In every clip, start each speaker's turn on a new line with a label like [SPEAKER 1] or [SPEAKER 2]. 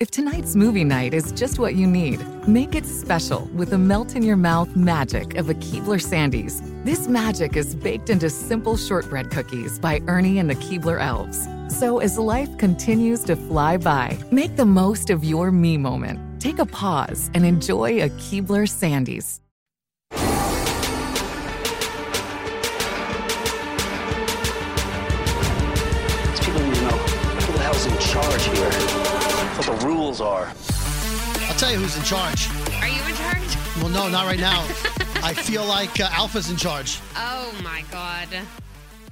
[SPEAKER 1] If tonight's movie night is just what you need, make it special with the melt in your mouth magic of a Keebler Sandys. This magic is baked into simple shortbread cookies by Ernie and the Keebler Elves. So as life continues to fly by, make the most of your me moment. Take a pause and enjoy a Keebler Sandys.
[SPEAKER 2] These people need to know who the hell's in charge here, what the rules are.
[SPEAKER 3] I'll tell you who's in charge.
[SPEAKER 4] Are you in charge?
[SPEAKER 3] Well, no, not right now. I feel like uh, Alpha's in charge.
[SPEAKER 4] Oh my god.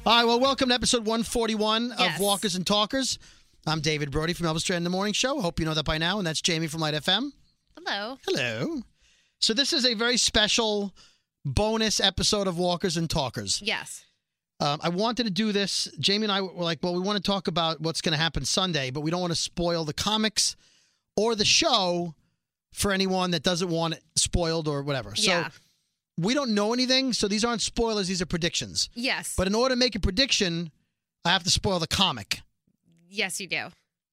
[SPEAKER 3] All right, well, welcome to episode 141
[SPEAKER 4] Yes.
[SPEAKER 3] of Walkers and Talkers. I'm David Brody from Elvis Strand the Morning Show. Hope you know that by now. And that's Jamie from Light FM.
[SPEAKER 4] Hello.
[SPEAKER 3] Hello. So, this is a very special bonus episode of Walkers and Talkers.
[SPEAKER 4] Yes.
[SPEAKER 3] Um, I wanted to do this. Jamie and I were like, well, we want to talk about what's going to happen Sunday, but we don't want to spoil the comics or the show for anyone that doesn't want it spoiled or whatever. So,
[SPEAKER 4] yeah.
[SPEAKER 3] we don't know anything, so these aren't spoilers, these are predictions.
[SPEAKER 4] Yes.
[SPEAKER 3] But in order to make a prediction, I have to spoil the comic.
[SPEAKER 4] yes, you do.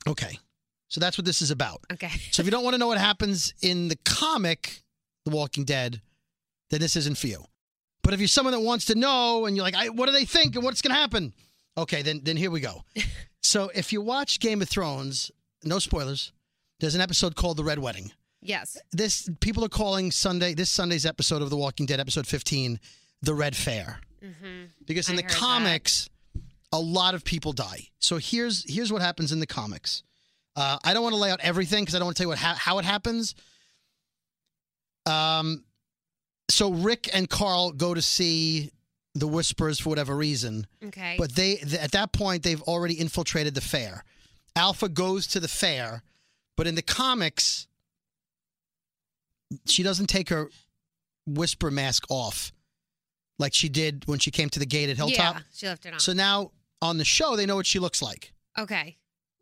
[SPEAKER 3] Okay. So that's what this is about.
[SPEAKER 4] Okay.
[SPEAKER 3] So if you don't want to know what happens in the comic, The Walking Dead, then this isn't for you. But if you're someone that wants to know and you're like, I, what do they think and what's going to happen? Okay, then then here we go. so if you watch Game of Thrones, no spoilers, there's an episode called The Red Wedding.
[SPEAKER 4] Yes.
[SPEAKER 3] This people are calling Sunday this Sunday's episode of The Walking Dead episode 15 The Red Fair.
[SPEAKER 4] hmm
[SPEAKER 3] Because in
[SPEAKER 4] I
[SPEAKER 3] the
[SPEAKER 4] heard that.
[SPEAKER 3] comics, a lot of people die. So here's here's what happens in the comics. Uh, I don't want to lay out everything because I don't want to tell you what ha- how it happens. Um, so Rick and Carl go to see the Whispers for whatever reason,
[SPEAKER 4] Okay.
[SPEAKER 3] but they th- at that point they've already infiltrated the fair. Alpha goes to the fair, but in the comics, she doesn't take her Whisper mask off like she did when she came to the gate at Hilltop.
[SPEAKER 4] Yeah, she left it on.
[SPEAKER 3] So now on the show, they know what she looks like.
[SPEAKER 4] okay.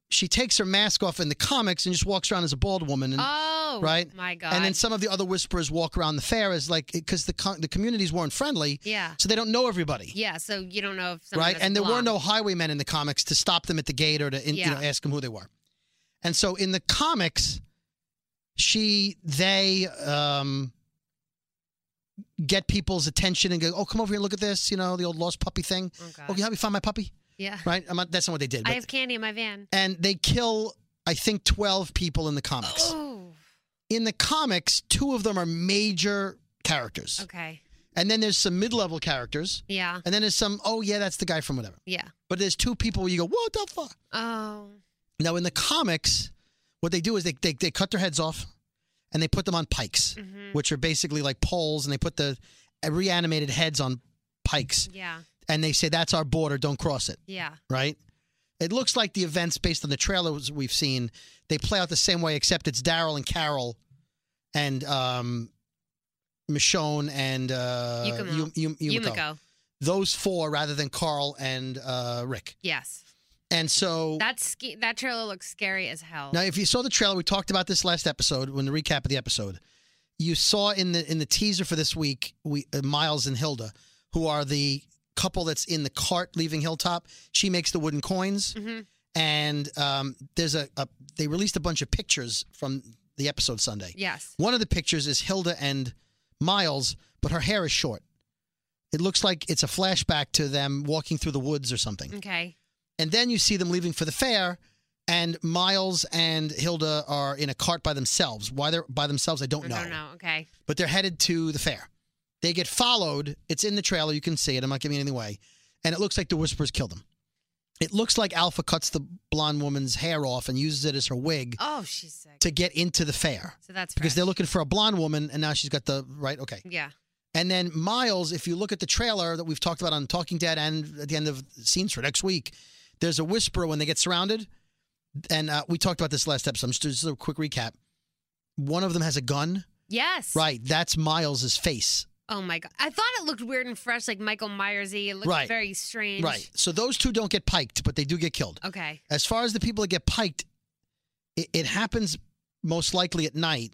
[SPEAKER 3] She takes her mask off in the comics and just walks around as a bald woman. And,
[SPEAKER 4] Oh.
[SPEAKER 3] right?
[SPEAKER 4] My god.
[SPEAKER 3] and then some of the other whisperers walk around the fair as like, because the, co- the communities weren't friendly.
[SPEAKER 4] Yeah.
[SPEAKER 3] So they don't know everybody.
[SPEAKER 4] Yeah. So you don't know if someone
[SPEAKER 3] right?
[SPEAKER 4] doesn't
[SPEAKER 3] And there were
[SPEAKER 4] belong.
[SPEAKER 3] no highwaymen in the comics to stop them at the gate or to in, you
[SPEAKER 4] Yeah.
[SPEAKER 3] know, ask them who they were. And so in the comics, she, they, um, get people's attention and go, oh, come over here, look at this, you know, the old lost puppy thing.
[SPEAKER 4] Oh, God.
[SPEAKER 3] Oh, can you help me find my puppy?
[SPEAKER 4] Yeah.
[SPEAKER 3] Right? I'm not, that's not what they did.
[SPEAKER 4] I
[SPEAKER 3] but-
[SPEAKER 4] have candy in my van.
[SPEAKER 3] and they kill I think 12 people in the comics.
[SPEAKER 4] Oh.
[SPEAKER 3] In the comics, two of them are major characters.
[SPEAKER 4] Okay.
[SPEAKER 3] And then there's some mid-level characters.
[SPEAKER 4] Yeah.
[SPEAKER 3] And then there's some oh yeah, that's the guy from whatever.
[SPEAKER 4] Yeah.
[SPEAKER 3] But there's two people where you go, "What the fuck?"
[SPEAKER 4] Oh.
[SPEAKER 3] Now in the comics, what they do is they they, they cut their heads off and they put them on pikes, which are basically like poles and they put the uh, reanimated heads on pikes
[SPEAKER 4] Yeah.
[SPEAKER 3] and they say that's our border, don't cross it.
[SPEAKER 4] Yeah.
[SPEAKER 3] right? It looks like the events based on the trailers we've seen, they play out the same way, except it's Daryl and Carol and um, Michonne and uh,
[SPEAKER 4] Yukimo.
[SPEAKER 3] Yu- Yu- Yumiko.
[SPEAKER 4] Yumiko.
[SPEAKER 3] Those four rather than Carl and uh, Rick.
[SPEAKER 4] Yes.
[SPEAKER 3] And so
[SPEAKER 4] That ski- that trailer looks scary as hell.
[SPEAKER 3] Now, if you saw the trailer, we talked about this last episode when the recap of the episode. You saw in the in the teaser for this week, we uh, Miles and Hilda, who are the couple that's in the cart leaving Hilltop. She makes the wooden coins,
[SPEAKER 4] Mhm.
[SPEAKER 3] and um, there's a, a they released a bunch of pictures from the episode Sunday.
[SPEAKER 4] Yes.
[SPEAKER 3] One of the pictures is Hilda and Miles, but her hair is short. It looks like it's a flashback to them walking through the woods or something.
[SPEAKER 4] Okay.
[SPEAKER 3] And then you see them leaving for the fair, and Miles and Hilda are in a cart by themselves. Why they're by themselves, I don't know.
[SPEAKER 4] I don't know. Okay.
[SPEAKER 3] But they're headed to the fair. They get followed. It's in the trailer. You can see it. I'm not giving anything away. And it looks like the Whispers killed them. It looks like Alpha cuts the blonde woman's hair off and uses it as her wig
[SPEAKER 4] Oh, she's sick.
[SPEAKER 3] to get into the fair.
[SPEAKER 4] so that's
[SPEAKER 3] Because they're
[SPEAKER 4] fresh.
[SPEAKER 3] looking for a blonde woman, and now she's got the right. Okay.
[SPEAKER 4] Yeah.
[SPEAKER 3] And then Miles, if you look at the trailer that we've talked about on Talking Dead and at the end of scenes for next week, there's a whisper when they get surrounded. And uh, we talked about this last episode. Just, just a quick recap. One of them has a gun.
[SPEAKER 4] Yes.
[SPEAKER 3] Right. That's Miles's face.
[SPEAKER 4] Oh my god. I thought it looked weird and fresh, like Michael Myersy. It looked
[SPEAKER 3] Right.
[SPEAKER 4] very strange.
[SPEAKER 3] Right. So those two don't get piked, but they do get killed.
[SPEAKER 4] Okay.
[SPEAKER 3] As far as the people that get piked, it, it happens most likely at night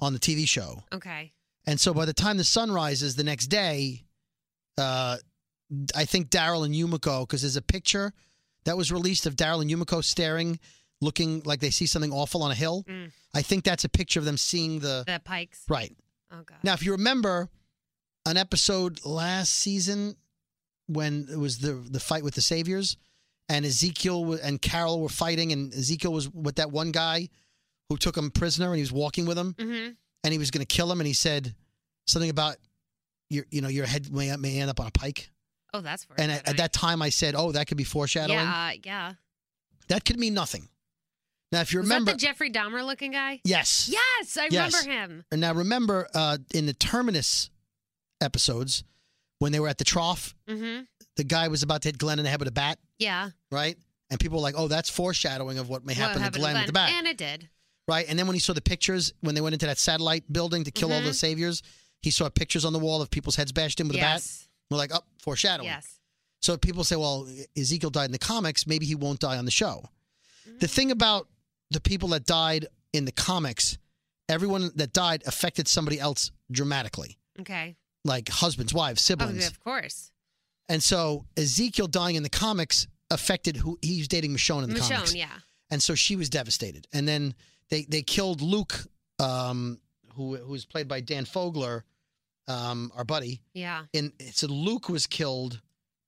[SPEAKER 3] on the TV show.
[SPEAKER 4] Okay.
[SPEAKER 3] And so by the time the sun rises the next day, uh, I think Daryl and Yumiko, because there's a picture that was released of Daryl and Yumiko staring, looking like they see something awful on a hill.
[SPEAKER 4] Mm.
[SPEAKER 3] I think that's a picture of them seeing the.
[SPEAKER 4] The Pikes.
[SPEAKER 3] Right.
[SPEAKER 4] Oh god.
[SPEAKER 3] Now, if you remember an episode last season when it was the, the fight with the Saviors and Ezekiel wa- and Carol were fighting, and Ezekiel was with that one guy who took him prisoner and he was walking with him
[SPEAKER 4] Mm-hmm.
[SPEAKER 3] and he was going to kill him, and he said something about your, you know, your head may, may end up on a pike.
[SPEAKER 4] Oh, that's
[SPEAKER 3] And at, at that time, I said, "Oh, that could be foreshadowing.
[SPEAKER 4] Yeah. Uh, yeah.
[SPEAKER 3] That could mean nothing." Now, if you remember,
[SPEAKER 4] Was that the Jeffrey Dahmer looking guy?
[SPEAKER 3] yes,
[SPEAKER 4] Yes, I
[SPEAKER 3] Yes.
[SPEAKER 4] remember him.
[SPEAKER 3] And now remember, uh, in the terminus episodes, when they were at the trough,
[SPEAKER 4] Mm-hmm.
[SPEAKER 3] the guy was about to hit Glenn in the head with a bat,
[SPEAKER 4] Yeah.
[SPEAKER 3] right? And people were like, "Oh, that's foreshadowing of what may
[SPEAKER 4] What
[SPEAKER 3] happen to
[SPEAKER 4] happened
[SPEAKER 3] Glenn with the bat."
[SPEAKER 4] And it did.
[SPEAKER 3] right? And then when he saw the pictures, when they went into that satellite building to
[SPEAKER 4] Mm-hmm.
[SPEAKER 3] kill all the saviors, he saw pictures on the wall of people's heads bashed in with
[SPEAKER 4] yes.
[SPEAKER 3] a bat. We're like, oh, foreshadowing.
[SPEAKER 4] Yes.
[SPEAKER 3] So people say, well, Ezekiel died in the comics. Maybe he won't die on the show.
[SPEAKER 4] Mm-hmm.
[SPEAKER 3] The thing about the people that died in the comics, everyone that died affected somebody else dramatically,
[SPEAKER 4] Okay.
[SPEAKER 3] like husbands, wives,
[SPEAKER 4] Oh,
[SPEAKER 3] siblings.
[SPEAKER 4] yeah, of course.
[SPEAKER 3] And so Ezekiel dying in the comics affected who he's dating Michonne in the
[SPEAKER 4] Michonne,
[SPEAKER 3] comics.
[SPEAKER 4] yeah.
[SPEAKER 3] And so she was devastated. And then they they killed Luke, um, who who was played by Dan Fogler, um, our buddy.
[SPEAKER 4] Yeah.
[SPEAKER 3] And so Luke was killed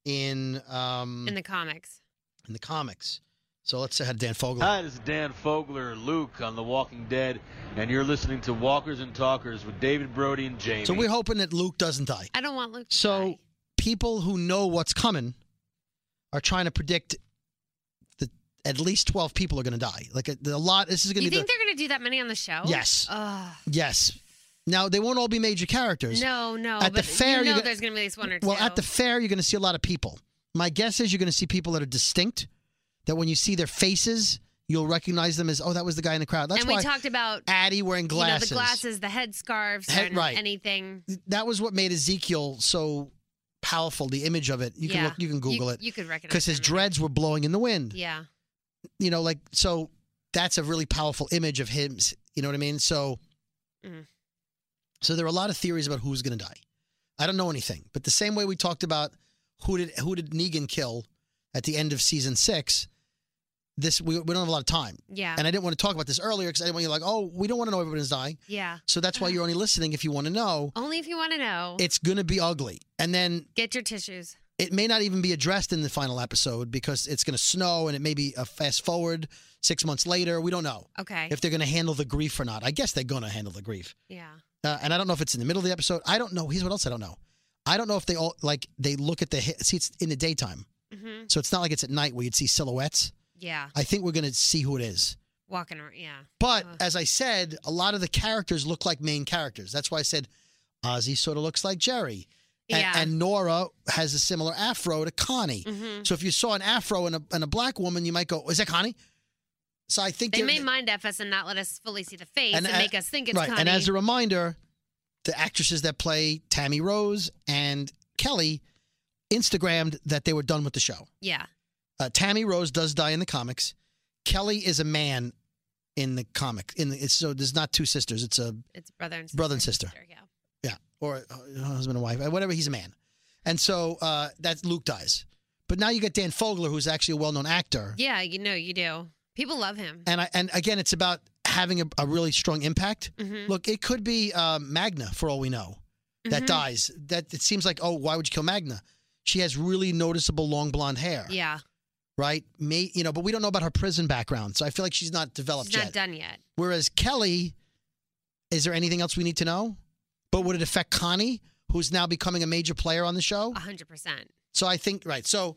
[SPEAKER 3] in um,
[SPEAKER 4] In the comics.
[SPEAKER 3] in the comics. So let's say hi to Dan Fogler.
[SPEAKER 5] Hi, this is Dan Fogler, Luke on The Walking Dead, and you're listening to Walkers and Talkers with David Brody and Jamie.
[SPEAKER 3] So we're hoping that Luke doesn't die.
[SPEAKER 4] I don't want Luke to
[SPEAKER 3] So
[SPEAKER 4] die.
[SPEAKER 3] people who know what's coming are trying to predict that at least twelve people are going to die. Like a, a lot. This is going
[SPEAKER 4] You
[SPEAKER 3] to be
[SPEAKER 4] think
[SPEAKER 3] the
[SPEAKER 4] they're going to do that many on the show?
[SPEAKER 3] Yes.
[SPEAKER 4] Ugh.
[SPEAKER 3] yes. Now they won't all be major characters.
[SPEAKER 4] No, no.
[SPEAKER 3] At the
[SPEAKER 4] but
[SPEAKER 3] fair, you
[SPEAKER 4] you know
[SPEAKER 3] got-
[SPEAKER 4] there's going to be at least one or two.
[SPEAKER 3] Well, at the fair, you're going to see a lot of people. My guess is you're going to see people that are distinct. That when you see their faces, you'll recognize them as oh, that was the guy in the crowd. That's
[SPEAKER 4] and
[SPEAKER 3] why
[SPEAKER 4] we talked about
[SPEAKER 3] Addie wearing
[SPEAKER 4] you know,
[SPEAKER 3] glasses.
[SPEAKER 4] the glasses, the headscarves,
[SPEAKER 3] Head-
[SPEAKER 4] and
[SPEAKER 3] right.
[SPEAKER 4] anything.
[SPEAKER 3] That was what made Ezekiel so powerful. The image of it. You can
[SPEAKER 4] Yeah.
[SPEAKER 3] look. You can Google it.
[SPEAKER 4] You could recognize
[SPEAKER 3] because his
[SPEAKER 4] them, I
[SPEAKER 3] dreads were blowing in the wind.
[SPEAKER 4] think. Yeah.
[SPEAKER 3] You know, like so that's a really powerful image of him. You know what I mean? So,
[SPEAKER 4] Mm.
[SPEAKER 3] so there are a lot of theories about who's going to die. I don't know anything, but the same way we talked about who did who did Negan kill at the end of season six. This we, we don't have a lot of time,
[SPEAKER 4] Yeah.
[SPEAKER 3] and I didn't want to talk about this earlier because I didn't want you like, oh, we don't want to know everyone's dying.
[SPEAKER 4] yeah.
[SPEAKER 3] So that's why
[SPEAKER 4] Uh-huh.
[SPEAKER 3] you're only listening if you want to know.
[SPEAKER 4] Only if you want to know.
[SPEAKER 3] It's going to be ugly, and then
[SPEAKER 4] Get your tissues.
[SPEAKER 3] it may not even be addressed in the final episode because it's going to snow and it may be a fast forward six months later. We don't know
[SPEAKER 4] Okay.
[SPEAKER 3] if they're going to handle the grief or not. I guess they're going to handle the grief.
[SPEAKER 4] yeah.
[SPEAKER 3] Uh, and I don't know if it's in the middle of the episode. I don't know. Here's what else I don't know. I don't know if they all like they look at the hi- see. It's in the daytime,
[SPEAKER 4] hmm
[SPEAKER 3] so it's not like it's at night where you'd see silhouettes.
[SPEAKER 4] Yeah.
[SPEAKER 3] I think we're going to see who it is.
[SPEAKER 4] Walking around. Yeah.
[SPEAKER 3] But
[SPEAKER 4] Uh.
[SPEAKER 3] as I said, a lot of the characters look like main characters. That's why I said Ozzy sort of looks like Jerry, and,
[SPEAKER 4] Yeah.
[SPEAKER 3] and Nora has a similar afro to Connie.
[SPEAKER 4] hmm
[SPEAKER 3] So if you saw an afro and a, and a black woman, you might go, "Is that Connie?" So I think
[SPEAKER 4] They
[SPEAKER 3] they're-
[SPEAKER 4] may mind F us and not let us fully see the face
[SPEAKER 3] And
[SPEAKER 4] and,
[SPEAKER 3] a-
[SPEAKER 4] make us think it's
[SPEAKER 3] right.
[SPEAKER 4] Connie.
[SPEAKER 3] And as a reminder, the actresses that play Tammy Rose and Kelly Instagrammed that they were done with the show.
[SPEAKER 4] Yeah.
[SPEAKER 3] Uh, Tammy Rose does die in the comics. Kelly is a man in the comic. In the, it's, so there's not two sisters. It's a
[SPEAKER 4] It's brother and sister.
[SPEAKER 3] Brother and sister.
[SPEAKER 4] Yeah.
[SPEAKER 3] yeah, or uh, husband and wife, uh, whatever. He's a man, and so uh, that Luke dies. But now you got Dan Fogler, who's actually a well-known actor,
[SPEAKER 4] Yeah, you know, you do. People love him.
[SPEAKER 3] and I, and again, it's about having a, a really strong impact.
[SPEAKER 4] Mhm.
[SPEAKER 3] Look, it could be um, Magna for all we know that
[SPEAKER 4] Mhm.
[SPEAKER 3] dies. That it seems like, oh, why would you kill Magna? She has really noticeable long blonde hair,
[SPEAKER 4] Yeah.
[SPEAKER 3] right? May, you know, but we don't know about her prison background, so I feel like she's not developed
[SPEAKER 4] He's not
[SPEAKER 3] yet.
[SPEAKER 4] done yet.
[SPEAKER 3] Whereas Kelly, is there anything else we need to know? But would it affect Connie, who's now becoming a major player on the show?
[SPEAKER 4] 100%.
[SPEAKER 3] So I think right. So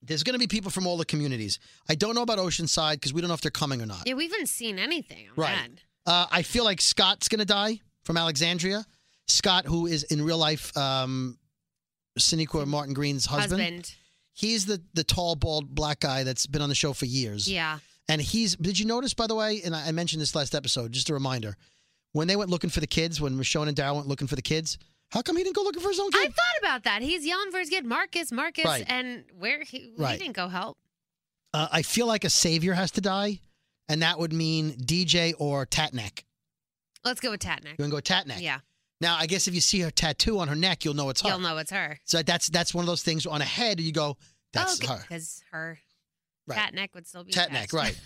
[SPEAKER 3] there's going to be people from all the communities. I don't know about Oceanside because we don't know if they're coming or not.
[SPEAKER 4] Yeah, we haven't seen anything. I'm
[SPEAKER 3] Right.
[SPEAKER 4] mad.
[SPEAKER 3] Uh, I feel like Scott's going to die from Alexandria. Scott, who is in real life, um, Sinequa Martin Green's husband. He's the the tall, bald, black guy that's been on the show for years.
[SPEAKER 4] Yeah.
[SPEAKER 3] And he's. Did you notice, by the way? And I I mentioned this last episode. Just a reminder. When they went looking for the kids, when Michonne and Daryl went looking for the kids, how come he didn't go looking for his own
[SPEAKER 4] I
[SPEAKER 3] kid?
[SPEAKER 4] thought about that. He's yelling for his kid, Marcus, Marcus,
[SPEAKER 3] Right.
[SPEAKER 4] and where he,
[SPEAKER 3] Right.
[SPEAKER 4] he didn't go help.
[SPEAKER 3] uh, I feel like a savior has to die, and that would mean DJ or Tatneck.
[SPEAKER 4] Let's go with Tatnick.
[SPEAKER 3] You want to go Tatneck?
[SPEAKER 4] Yeah.
[SPEAKER 3] Now, I guess if you see her tattoo on her neck, you'll know it's her.
[SPEAKER 4] You'll know it's her. Oh,
[SPEAKER 3] So that's that's one of those things on a head. You go, that's her.
[SPEAKER 4] Because her
[SPEAKER 3] Right.
[SPEAKER 4] Tatnick would still be
[SPEAKER 3] Tatnick,
[SPEAKER 4] attached.
[SPEAKER 3] right?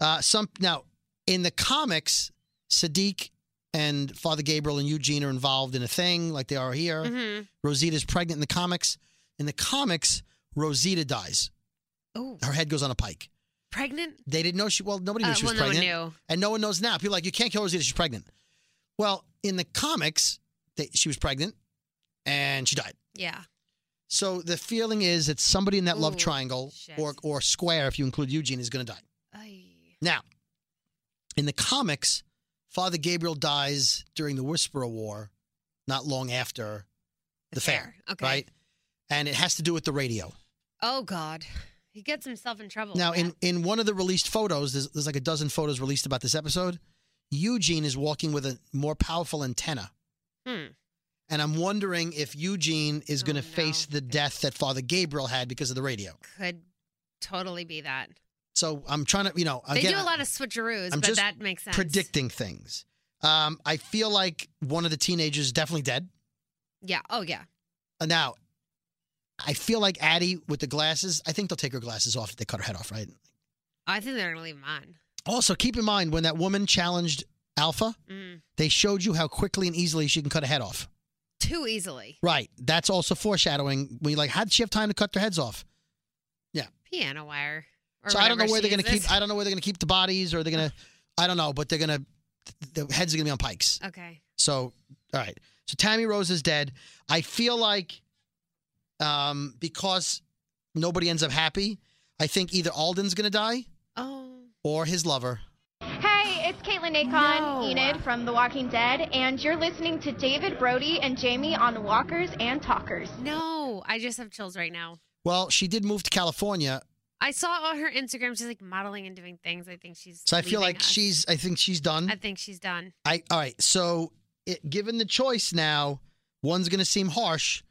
[SPEAKER 3] Uh, some now in the comics, Sadiq and Father Gabriel and Eugene are involved in a thing like they are here.
[SPEAKER 4] Mhm.
[SPEAKER 3] Rosita's pregnant in the comics. In the comics, Rosita dies.
[SPEAKER 4] Oh,
[SPEAKER 3] Her head goes on a pike.
[SPEAKER 4] pregnant?
[SPEAKER 3] They didn't know she. Well, nobody knew
[SPEAKER 4] Uh,
[SPEAKER 3] she was
[SPEAKER 4] well, no one
[SPEAKER 3] pregnant,
[SPEAKER 4] knew.
[SPEAKER 3] and no one knows now. People are like you can't kill Rosita; she's pregnant. Well, in the comics, they, she was pregnant, and she died.
[SPEAKER 4] Yeah.
[SPEAKER 3] So the feeling is that somebody in that love
[SPEAKER 4] Ooh,
[SPEAKER 3] triangle
[SPEAKER 4] shit.
[SPEAKER 3] or or square, if you include Eugene, is going to die.
[SPEAKER 4] Ay.
[SPEAKER 3] Now, in the comics, Father Gabriel dies during the Whisperer War, not long after the,
[SPEAKER 4] The
[SPEAKER 3] fair.
[SPEAKER 4] fair, okay.
[SPEAKER 3] Right. And it has to do with the radio.
[SPEAKER 4] Oh, God. He gets himself in trouble.
[SPEAKER 3] Now,
[SPEAKER 4] with
[SPEAKER 3] in,
[SPEAKER 4] that.
[SPEAKER 3] in one of the released photos, there's, there's like a dozen photos released about this episode. Eugene is walking with a more powerful antenna.
[SPEAKER 4] Hmm.
[SPEAKER 3] And I'm wondering if Eugene is
[SPEAKER 4] Oh,
[SPEAKER 3] going to
[SPEAKER 4] no.
[SPEAKER 3] face the death that Father Gabriel had because of the radio.
[SPEAKER 4] could totally be that.
[SPEAKER 3] So I'm trying to, you know,
[SPEAKER 4] They
[SPEAKER 3] again,
[SPEAKER 4] do a lot of switcheroos,
[SPEAKER 3] I'm
[SPEAKER 4] but
[SPEAKER 3] just
[SPEAKER 4] that makes sense.
[SPEAKER 3] predicting things. Um, I feel like one of the teenagers is definitely dead.
[SPEAKER 4] Yeah. Oh, yeah.
[SPEAKER 3] Uh, Now, I feel like Addie with the glasses. I think they'll take her glasses off if they cut her head off, right?
[SPEAKER 4] I think they're going to leave him on.
[SPEAKER 3] Also, keep in mind when that woman challenged Alpha,
[SPEAKER 4] Mm.
[SPEAKER 3] they showed you how quickly and easily she can cut a head off.
[SPEAKER 4] Too easily.
[SPEAKER 3] Right. That's also foreshadowing. When you're like, how did she have time to cut their heads off?
[SPEAKER 4] Piano wire. Or
[SPEAKER 3] so I don't know
[SPEAKER 4] whatever
[SPEAKER 3] where
[SPEAKER 4] she
[SPEAKER 3] they're going to
[SPEAKER 4] uses.
[SPEAKER 3] keep. I don't know where they're going to keep the bodies, or they're going to. I don't know, but they're going to. The heads are going to be on pikes.
[SPEAKER 4] okay.
[SPEAKER 3] So, all right. So Tammy Rose is dead. I feel like um, because nobody ends up happy, I think either Alden's going to die
[SPEAKER 4] Oh.
[SPEAKER 3] or his lover.
[SPEAKER 6] Hey, it's Caitlin Akon,
[SPEAKER 4] No.
[SPEAKER 6] Enid from The Walking Dead, and you're listening to David Brody and Jamie on Walkers and Talkers.
[SPEAKER 4] No, I just have chills right now.
[SPEAKER 3] Well, she did move to California,
[SPEAKER 4] I saw on her Instagram. She's like modeling and doing things. I think she's.
[SPEAKER 3] so I feel
[SPEAKER 4] leaving
[SPEAKER 3] like
[SPEAKER 4] us.
[SPEAKER 3] she's. I think she's done.
[SPEAKER 4] I think she's done.
[SPEAKER 3] I all right. So, it, given the choice now, one's going to seem harsh.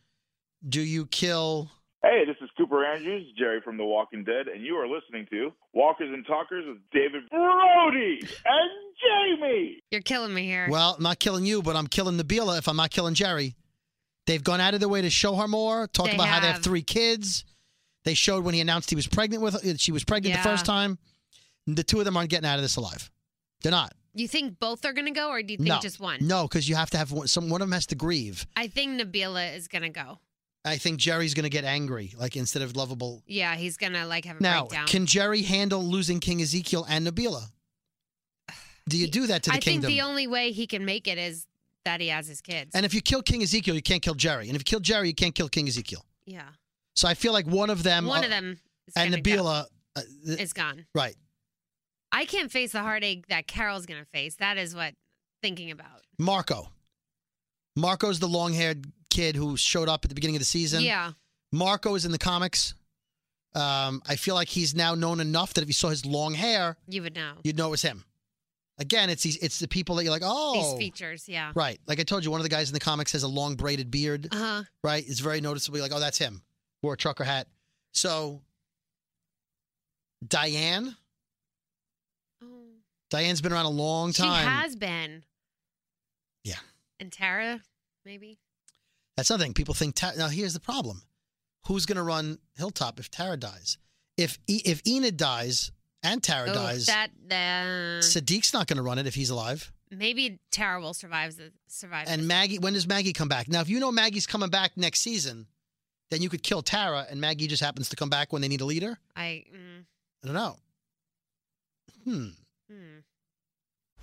[SPEAKER 3] Do you kill?
[SPEAKER 7] Hey, this is Cooper Andrews, Jerry from The Walking Dead, and you are listening to Walkers and Talkers with David Brody and Jamie.
[SPEAKER 4] You're killing me here.
[SPEAKER 3] Well, I'm not killing you, but I'm killing Nabila if I'm not killing Jerry. They've gone out of their way to show her more, talk
[SPEAKER 4] They
[SPEAKER 3] about how they have
[SPEAKER 4] have.
[SPEAKER 3] three kids. They showed when he announced he was pregnant with uh, she was pregnant the
[SPEAKER 4] Yeah.
[SPEAKER 3] first time. The two of them aren't getting out of this alive. They're not.
[SPEAKER 4] you think both are gonna go, or do you think
[SPEAKER 3] no,
[SPEAKER 4] just one?
[SPEAKER 3] No, because you have to have one. Some one of them has to grieve.
[SPEAKER 4] I think Nabila is gonna go.
[SPEAKER 3] I think Jerry's going to get angry, like instead of lovable.
[SPEAKER 4] Yeah, he's gonna like have a
[SPEAKER 3] Now,
[SPEAKER 4] breakdown.
[SPEAKER 3] can Jerry handle losing King Ezekiel and Nabila? Do you do that to the
[SPEAKER 4] I
[SPEAKER 3] kingdom?
[SPEAKER 4] think the only way he can make it is that he has his kids.
[SPEAKER 3] and if you kill King Ezekiel, you can't kill Jerry. And if you kill Jerry, you can't kill King Ezekiel.
[SPEAKER 4] yeah,
[SPEAKER 3] So I feel like one of them,
[SPEAKER 4] one
[SPEAKER 3] uh,
[SPEAKER 4] of them is
[SPEAKER 3] and
[SPEAKER 4] gonna go.
[SPEAKER 3] Nabila, uh, th-
[SPEAKER 4] is gone.
[SPEAKER 3] right?
[SPEAKER 4] I can't face the heartache that Carol's gonna face. That is what thinking about.
[SPEAKER 3] Marco. Marco's the long-haired kid who showed up at the beginning of the season.
[SPEAKER 4] yeah,
[SPEAKER 3] Marco is in the comics. Um, I feel like he's now known enough that if you saw his long hair,
[SPEAKER 4] you would know.
[SPEAKER 3] you'd know it was him. Again, it's these, it's the people that you're like,
[SPEAKER 4] These
[SPEAKER 3] oh,
[SPEAKER 4] features, yeah.
[SPEAKER 3] right. Like I told you, one of the guys in the comics has a long braided beard.
[SPEAKER 4] Uh huh.
[SPEAKER 3] Right, it's very noticeable. You're like, oh, that's him. Wore a trucker hat. So, Diane,
[SPEAKER 4] Oh.
[SPEAKER 3] Diane's been around a long
[SPEAKER 4] She
[SPEAKER 3] time.
[SPEAKER 4] has been.
[SPEAKER 3] Yeah.
[SPEAKER 4] And Tara, maybe.
[SPEAKER 3] That's another thing. People think Ta- now. Here's the problem: Who's going to run Hilltop if Tara dies? If e- if Enid dies and Tara
[SPEAKER 4] Oh,
[SPEAKER 3] dies,
[SPEAKER 4] that uh,
[SPEAKER 3] Sadiq's not going to run it if he's alive.
[SPEAKER 4] maybe Tara will survive. The, survive.
[SPEAKER 3] And
[SPEAKER 4] this.
[SPEAKER 3] Maggie, when does Maggie come back? Now, if you know Maggie's coming back next season, then you could kill Tara, and Maggie just happens to come back when they need a leader.
[SPEAKER 4] I. Mm,
[SPEAKER 3] I don't know. Hmm.
[SPEAKER 4] hmm.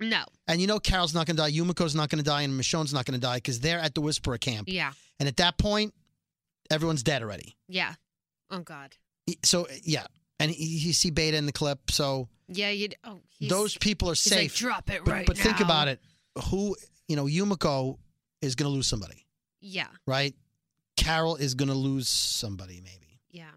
[SPEAKER 4] No.
[SPEAKER 3] and you know Carol's not going to die. Yumiko's not going to die, and Michonne's not going to die because they're at the Whisperer camp.
[SPEAKER 4] Yeah.
[SPEAKER 3] And at that point, everyone's dead already.
[SPEAKER 4] Yeah. Oh God.
[SPEAKER 3] He- So yeah, and he- you see Beta in the clip. So
[SPEAKER 4] Yeah. You. Oh. He's,
[SPEAKER 3] those people are
[SPEAKER 4] he's like,
[SPEAKER 3] safe.
[SPEAKER 4] Drop it
[SPEAKER 3] but
[SPEAKER 4] right
[SPEAKER 3] but think
[SPEAKER 4] now."
[SPEAKER 3] about it. Who you know, Yumiko is going to lose somebody,
[SPEAKER 4] Yeah.
[SPEAKER 3] right? Carol is going to lose somebody, maybe.
[SPEAKER 4] Yeah.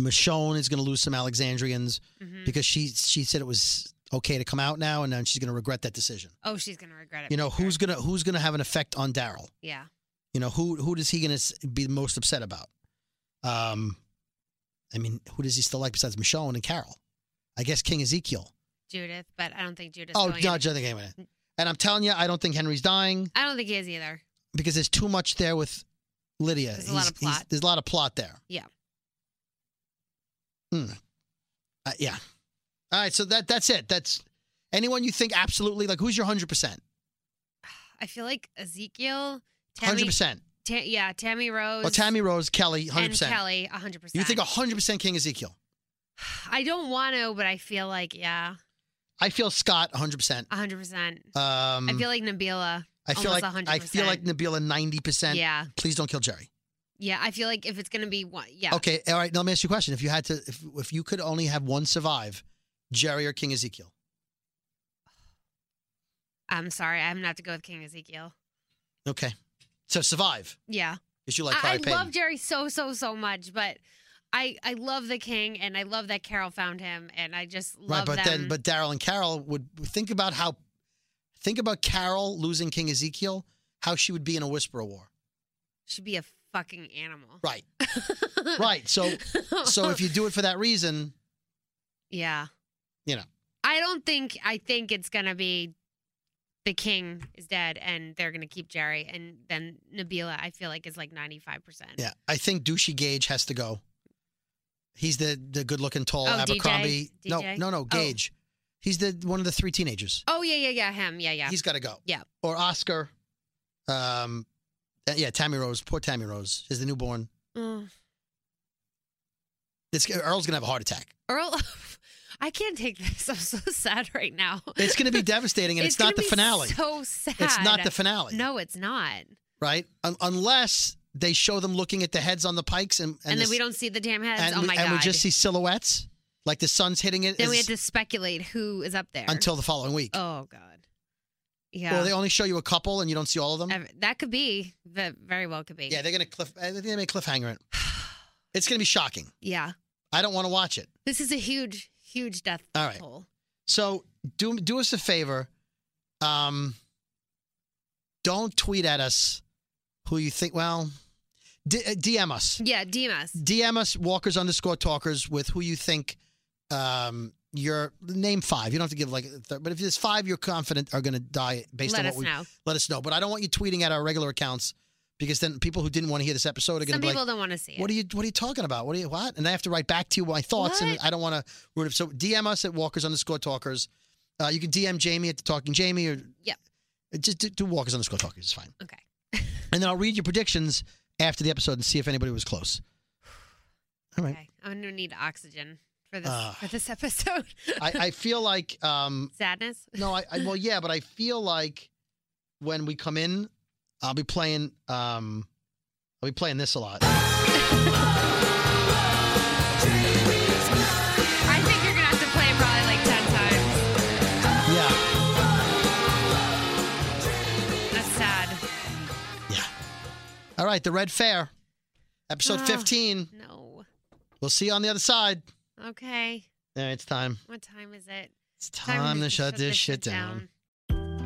[SPEAKER 3] Michonne is going to lose some Alexandrians
[SPEAKER 4] hmm
[SPEAKER 3] because she she said it was okay to come out now, and then she's going to regret that decision.
[SPEAKER 4] Oh, she's gonna regret it.
[SPEAKER 3] You know
[SPEAKER 4] for sure.
[SPEAKER 3] who's gonna who's gonna have an effect on Daryl.
[SPEAKER 4] Yeah.
[SPEAKER 3] You know who who does he gonna s- be most upset about? Um, I mean, who does he still like besides Michonne and Carol? I guess King Ezekiel.
[SPEAKER 4] Judith, but I don't think Judith.
[SPEAKER 3] Oh,
[SPEAKER 4] going
[SPEAKER 3] no,
[SPEAKER 4] in.
[SPEAKER 3] Jonathan came in. And I'm telling you, I don't think Henry's dying
[SPEAKER 4] I don't think he is either.
[SPEAKER 3] because there's too much there with Lydia.
[SPEAKER 4] There's a lot of plot.
[SPEAKER 3] there's a lot of plot there.
[SPEAKER 4] Yeah.
[SPEAKER 3] Hmm. Uh, yeah. All right. So that that's it. That's anyone you think absolutely like. Who's your hundred percent?
[SPEAKER 4] I feel like Ezekiel,
[SPEAKER 3] Hundred
[SPEAKER 4] Tammy,
[SPEAKER 3] percent.
[SPEAKER 4] Ta- yeah, Tammy Rose,
[SPEAKER 3] Well, Tammy Rose, Kelly, hundred
[SPEAKER 4] and
[SPEAKER 3] percent.
[SPEAKER 4] Kelly, hundred percent.
[SPEAKER 3] You think hundred percent King Ezekiel?
[SPEAKER 4] I don't want to, but I feel like yeah,
[SPEAKER 3] I feel Scott hundred percent.
[SPEAKER 4] hundred percent.
[SPEAKER 3] Um,
[SPEAKER 4] I feel like Nabila.
[SPEAKER 3] I feel
[SPEAKER 4] almost
[SPEAKER 3] like I feel like Nabila ninety percent.
[SPEAKER 4] Yeah,
[SPEAKER 3] Please don't kill Jerry.
[SPEAKER 4] yeah. I feel like if it's gonna be one, yeah,
[SPEAKER 3] Okay, all right. Now let me ask you a question. If you had to, if, if you could only have one survive, Jerry or King Ezekiel?
[SPEAKER 4] I'm sorry, I'm gonna have to go with King Ezekiel.
[SPEAKER 3] Okay, so survive
[SPEAKER 4] Yeah,
[SPEAKER 3] because you like
[SPEAKER 4] I, I
[SPEAKER 3] Kari Payton.
[SPEAKER 4] love Jerry so so so much, but I I love the King, and I love that Carol found him, and I just
[SPEAKER 3] right,
[SPEAKER 4] love
[SPEAKER 3] but
[SPEAKER 4] them.
[SPEAKER 3] then but Daryl and Carol would think about how think about Carol losing King Ezekiel, how she would be in a Whisperer War.
[SPEAKER 4] should be a fucking animal.
[SPEAKER 3] Right, right. So so if you do it for that reason,
[SPEAKER 4] yeah,
[SPEAKER 3] you know,
[SPEAKER 4] I don't think I think it's gonna be the king is dead and they're gonna keep Jerry and then Nabila I feel like is like ninety five percent.
[SPEAKER 3] yeah, I think Douchey Gage has to go. He's the the good looking tall
[SPEAKER 4] Oh, DJ?
[SPEAKER 3] Abercrombie. No,
[SPEAKER 4] DJ?
[SPEAKER 3] no, no,
[SPEAKER 4] Oh.
[SPEAKER 3] Gage. He's the one of the three teenagers.
[SPEAKER 4] Oh yeah, yeah, yeah. Him. Yeah, yeah.
[SPEAKER 3] He's got to go.
[SPEAKER 4] Yeah.
[SPEAKER 3] Or Oscar. Um, uh, yeah, Tammy Rose. Poor Tammy Rose is the newborn. Mm.
[SPEAKER 4] Ugh.
[SPEAKER 3] It's, Earl's gonna have a heart attack.
[SPEAKER 4] Earl. I can't take this. I'm so sad right now.
[SPEAKER 3] It's gonna be devastating, and it's,
[SPEAKER 4] gonna
[SPEAKER 3] not the
[SPEAKER 4] be
[SPEAKER 3] finale.
[SPEAKER 4] So sad.
[SPEAKER 3] It's not the finale.
[SPEAKER 4] No, it's not.
[SPEAKER 3] right? Un- unless they show them looking at the heads on the pikes, and
[SPEAKER 4] And, then
[SPEAKER 3] this-
[SPEAKER 4] we don't see the damn heads.
[SPEAKER 3] and
[SPEAKER 4] oh
[SPEAKER 3] we,
[SPEAKER 4] my god.
[SPEAKER 3] and we just see silhouettes, like the sun's hitting it.
[SPEAKER 4] then we
[SPEAKER 3] as-
[SPEAKER 4] had to speculate who is up there
[SPEAKER 3] until the following week.
[SPEAKER 4] Oh god. Yeah.
[SPEAKER 3] Or they only show you a couple, and you don't see all of them.
[SPEAKER 4] Ev- that could be. That very well could be.
[SPEAKER 3] Yeah, they're gonna cliff. I think they may cliffhanger it. It's gonna be shocking.
[SPEAKER 4] Yeah.
[SPEAKER 3] I don't want to watch it.
[SPEAKER 4] This is a huge, huge death
[SPEAKER 3] All right.
[SPEAKER 4] hole.
[SPEAKER 3] So do do us a favor. Um, don't tweet at us who you think. Well, D- uh, DM us.
[SPEAKER 4] Yeah, Demas.
[SPEAKER 3] DM us walkers underscore talkers with who you think um, your name five. You don't have to give like, a third, but if there's five you're confident are going to die based
[SPEAKER 4] Let
[SPEAKER 3] on
[SPEAKER 4] us
[SPEAKER 3] what we
[SPEAKER 4] know.
[SPEAKER 3] let us know. But I don't want you tweeting at our regular accounts because then people who didn't want to hear this episode are going
[SPEAKER 4] Some
[SPEAKER 3] to be
[SPEAKER 4] people
[SPEAKER 3] like,
[SPEAKER 4] don't want to see it.
[SPEAKER 3] "What are you? What are you talking about? What are you? What?" And I have to write back to you my thoughts, and
[SPEAKER 4] What?
[SPEAKER 3] I don't want to ruin it. So DM us at walkers underscore talkers. Uh, you can DM Jamie at the talking Jamie or Uh,
[SPEAKER 4] Yep.
[SPEAKER 3] just do, do walkers underscore talkers. It's fine.
[SPEAKER 4] Okay.
[SPEAKER 3] And then I'll read your predictions after the episode and see if anybody was close. All right.
[SPEAKER 4] Okay. I'm gonna need oxygen for this
[SPEAKER 3] Ah.
[SPEAKER 4] for this episode.
[SPEAKER 3] I, I feel like um
[SPEAKER 4] Sadness.
[SPEAKER 3] no, I, I well yeah, but I feel like when we come in, I'll be playing um I'll be playing this a lot.
[SPEAKER 4] I think you're gonna have to play it probably like ten times.
[SPEAKER 3] Yeah.
[SPEAKER 4] That's sad.
[SPEAKER 3] Yeah. All right, the Red Fair. Episode
[SPEAKER 4] Ah.
[SPEAKER 3] 15.
[SPEAKER 4] No.
[SPEAKER 3] We'll see you on the other side.
[SPEAKER 4] Okay.
[SPEAKER 3] All right, it's time.
[SPEAKER 4] What time is it?
[SPEAKER 3] It's time, to shut this shit down.